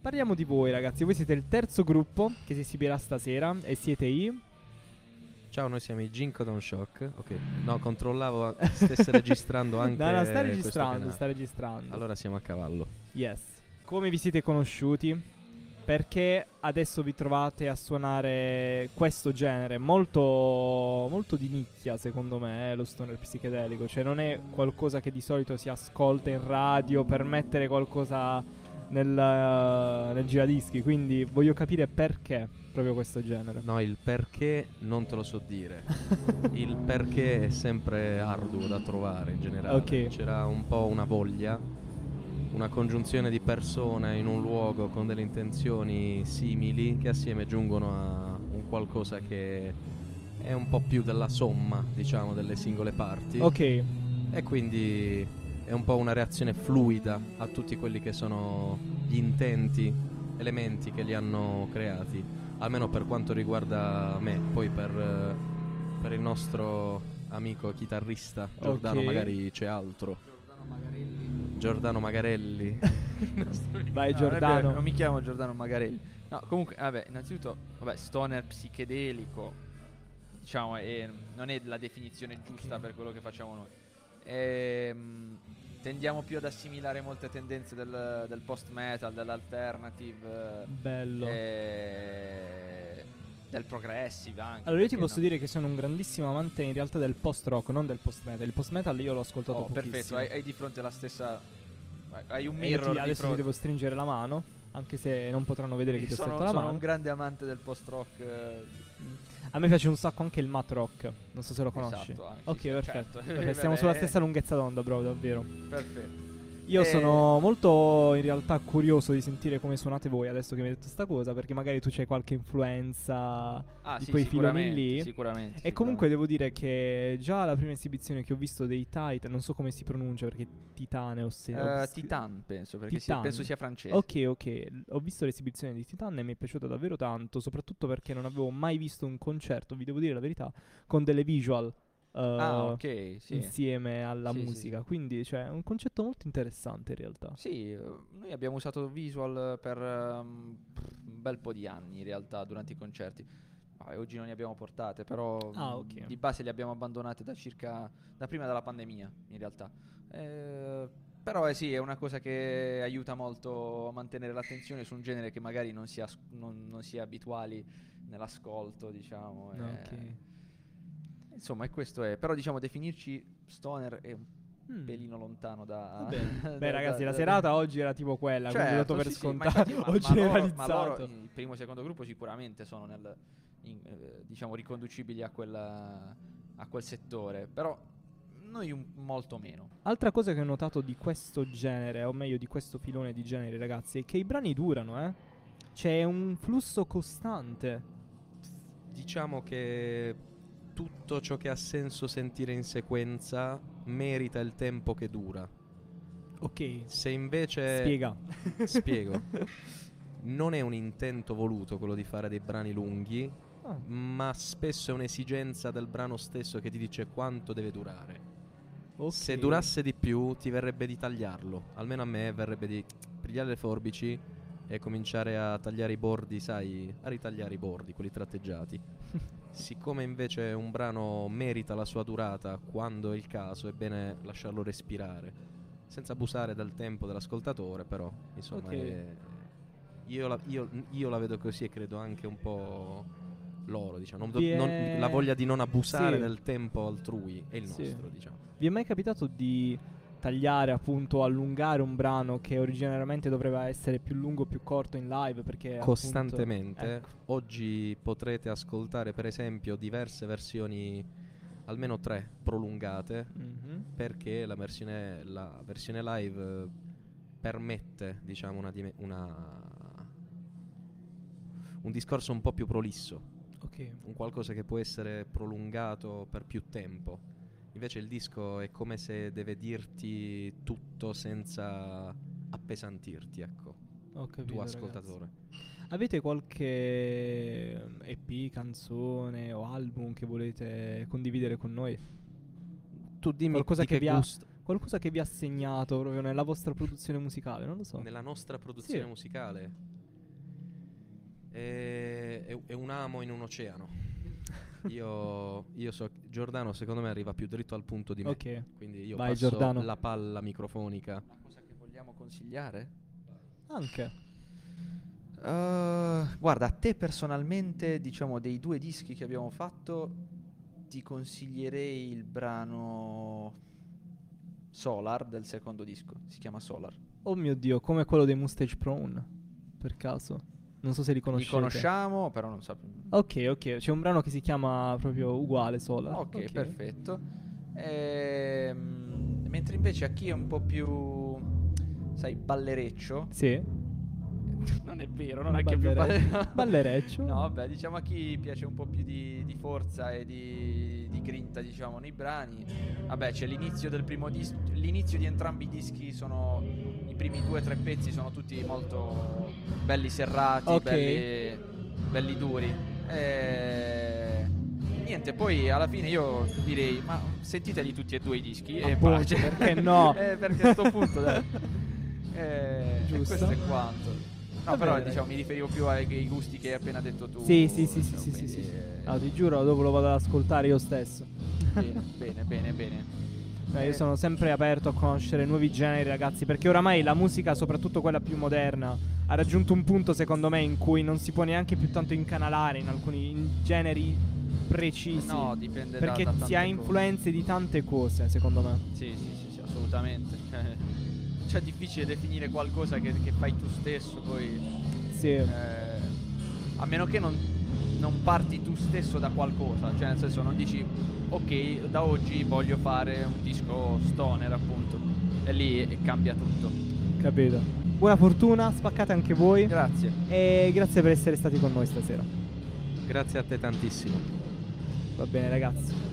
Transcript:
Parliamo di voi, ragazzi. Voi siete il terzo gruppo che si esibirà stasera e siete i. Ciao, noi siamo i Gincodon Shock. Ok, no, controllavo stesse registrando anche. No, no, sta questo registrando, canale. sta registrando. Allora siamo a cavallo. Yes. Come vi siete conosciuti? Perché adesso vi trovate a suonare questo genere molto, molto di nicchia, secondo me, eh, lo stoner psichedelico. Cioè, non è qualcosa che di solito si ascolta in radio per mettere qualcosa nel, eh, nel giradischi. Quindi voglio capire perché proprio questo genere. No, il perché non te lo so dire. il perché è sempre arduo da trovare in generale. Ok. C'era un po' una voglia, una congiunzione di persone in un luogo con delle intenzioni simili che assieme giungono a un qualcosa che è un po' più della somma, diciamo, delle singole parti. Ok, E quindi è un po' una reazione fluida a tutti quelli che sono gli intenti, elementi che li hanno creati, almeno per quanto riguarda me, poi per, eh, per il nostro amico chitarrista Giordano Ok. magari c'è altro. Giordano Magarelli. vai No, non Ah, è vero, Giordano. non mi chiamo Giordano Magarelli. No, comunque, vabbè, innanzitutto, vabbè, stoner psichedelico, diciamo, è- non è la definizione giusta per quello che facciamo noi. Ehm, tendiamo più ad assimilare molte tendenze del, del post-metal, dell'alternative, Bello. eh, del progressive anche. Allora io ti perché posso eh, no? dire che sono un grandissimo amante in realtà del post rock, non del post metal. Il post metal io l'ho ascoltato Oh, pochissimo. perfetto, hai, hai di fronte la stessa... Hai un E io ti- mirror di adesso ti fronte. devo stringere la mano, anche se non potranno vedere che ti ho sono, stretto la sono mano. un grande amante del post-rock. eh, A me piace un sacco anche il mat rock, non so se lo conosci. Esatto, anche ok, sì, perfetto. certo. Ok, siamo sulla Vabbè, stessa lunghezza d'onda, bro, davvero. Perfetto. Io Eh. sono molto in realtà curioso di sentire come suonate voi adesso che mi hai detto sta cosa, perché magari tu c'hai qualche influenza Ah, Di sì, quei filoni sicuramente, lì. Sicuramente. E comunque devo dire che già la prima esibizione che ho visto dei Titan, non so come si pronuncia perché Titane o se... ho sicuramente. Eh, visto- Titan, penso, perché sia- Titan. penso sia francese. Ok, ok, L- ho visto l'esibizione di Titan e mi è piaciuta davvero tanto, soprattutto perché non avevo mai visto un concerto, vi devo dire la verità, con delle visual eh, Ah, ok, sì. insieme alla Sì, sì, musica. Quindi cioè, è un concetto molto interessante in realtà. Sì, eh, noi abbiamo usato visual per ehm, pff, un bel po' di anni in realtà durante i concerti. Vabbè, oggi non ne abbiamo portate, però Ah, mm, ok. di base le abbiamo abbandonate da circa da prima della pandemia, in realtà. Eh, però eh sì, è una cosa che aiuta molto a mantenere l'attenzione su un genere che magari non si, as- non, non si è abituali nell'ascolto, diciamo. Ah, eh. ok. Insomma, e questo è. Però diciamo definirci stoner è un Mm. pelino lontano da... Va bene. Beh da- ragazzi, da- la da- serata oggi era tipo quella, quindi l'ho dato Certo, per sì, sì, ma scontato, infatti, ma- ho ma loro- ma generalizzato. loro, il primo e secondo gruppo sicuramente sono nel, in- eh, diciamo riconducibili a, quella- a quel settore, però noi un- molto meno. Altra cosa che ho notato di questo genere, o meglio di questo filone di genere, ragazzi, è che i brani durano, eh. C'è un flusso costante. diciamo che tutto ciò che ha senso sentire in sequenza merita il tempo che dura. Ok. Se invece Spiega. Eh, Spiego. Non è un intento voluto quello di fare dei brani lunghi, Ah, ma spesso è un'esigenza del brano stesso che ti dice quanto deve durare. ok. Se durasse di più, ti verrebbe di tagliarlo. Almeno a me verrebbe di pigliare le forbici e cominciare a tagliare i bordi, sai, a ritagliare i bordi, quelli tratteggiati. Siccome invece un brano merita la sua durata quando è il caso, è bene lasciarlo respirare. Senza abusare del tempo dell'ascoltatore, però, insomma, Ok. è- io, la, io- io la vedo così e credo anche un po' loro, diciamo. Non do- Vi è- non- la voglia di non abusare eh. Sì. del tempo altrui è il Sì. nostro, diciamo. Vi è mai capitato di tagliare, appunto, allungare un brano che originariamente doveva essere più lungo, più corto in live? Perché Cioè, appunto- costantemente. Ecco. Oggi potrete ascoltare, per esempio, diverse versioni, almeno tre prolungate, Mhm. perché la versione, la versione live eh, permette, diciamo, una, dime- una- un discorso un po' più prolisso, Ok. un qualcosa che può essere prolungato per più tempo. Invece il disco è come se deve dirti tutto senza appesantirti, ecco, Ho capito, tu ragazzi. ascoltatore. Avete qualche ehm, EP, canzone o album che volete condividere con noi? Tu dimmi Qualcosa di che vi ha- gusto- Qualcosa che vi ha segnato proprio nella vostra produzione musicale, non lo so. Nella nostra produzione musicale È, è- è un amo in un oceano. Io, io so, Giordano secondo me arriva più dritto al punto di me. Ok. Quindi io Vai, passo Giordano. la palla microfonica. Una cosa che vogliamo consigliare? Anche. Uh, guarda, a te personalmente, diciamo, dei due dischi che abbiamo fatto, ti consiglierei il brano Solar del secondo disco. Si chiama Solar. Oh mio dio, come quello dei Mustache Prone. Per caso. Non so se li Li conoscete. conosciamo, però non sappiamo. Ok, ok. C'è un brano che si chiama proprio uguale Solar. Ok, perfetto. Ehm, mentre invece a chi è un po' più, sai, ballereccio, Sì. non è vero, non è che più balle- Ballereccio. No, vabbè, diciamo a chi piace un po' più di, di forza e di, di grinta, diciamo, nei brani. Vabbè, c'è l'inizio del primo disco. L'inizio di entrambi i dischi sono. I primi due o tre pezzi sono tutti molto belli serrati, Ok. belli, belli duri. E... Niente, poi alla fine io direi, ma sentiteli tutti e due i dischi e Appunto, pace. perché no? Eh, perché a sto punto, dai. Eh, e Giusto. questo è quanto. No, Va però bene, diciamo mi riferivo più ai, ai gusti che hai appena detto tu. Sì, sì, sì, sì, no, sì, sì, quindi, sì, sì. eh, Ah, ti giuro, dopo lo vado ad ascoltare io stesso. bene, bene, bene, bene. Dai, Eh, io sono sempre aperto a conoscere nuovi generi, ragazzi, perché oramai la musica, soprattutto quella più moderna, ha raggiunto un punto, secondo me, in cui non si può neanche più tanto incanalare in alcuni in generi precisi. No, dipende da- perché da si tante ha cose. influenze di tante cose, secondo me. Sì, sì, sì, sì, assolutamente. Cioè, cioè, è difficile definire qualcosa che, che fai tu stesso poi. Sì. eh, a meno che non, non parti tu stesso da qualcosa. Cioè, nel senso, non dici, ok, da oggi voglio fare un disco stoner, appunto. E lì eh, cambia tutto. Capito. Buona fortuna, spaccate anche voi. Grazie. e grazie per essere stati con noi stasera. Grazie a te tantissimo. Va bene, ragazzi.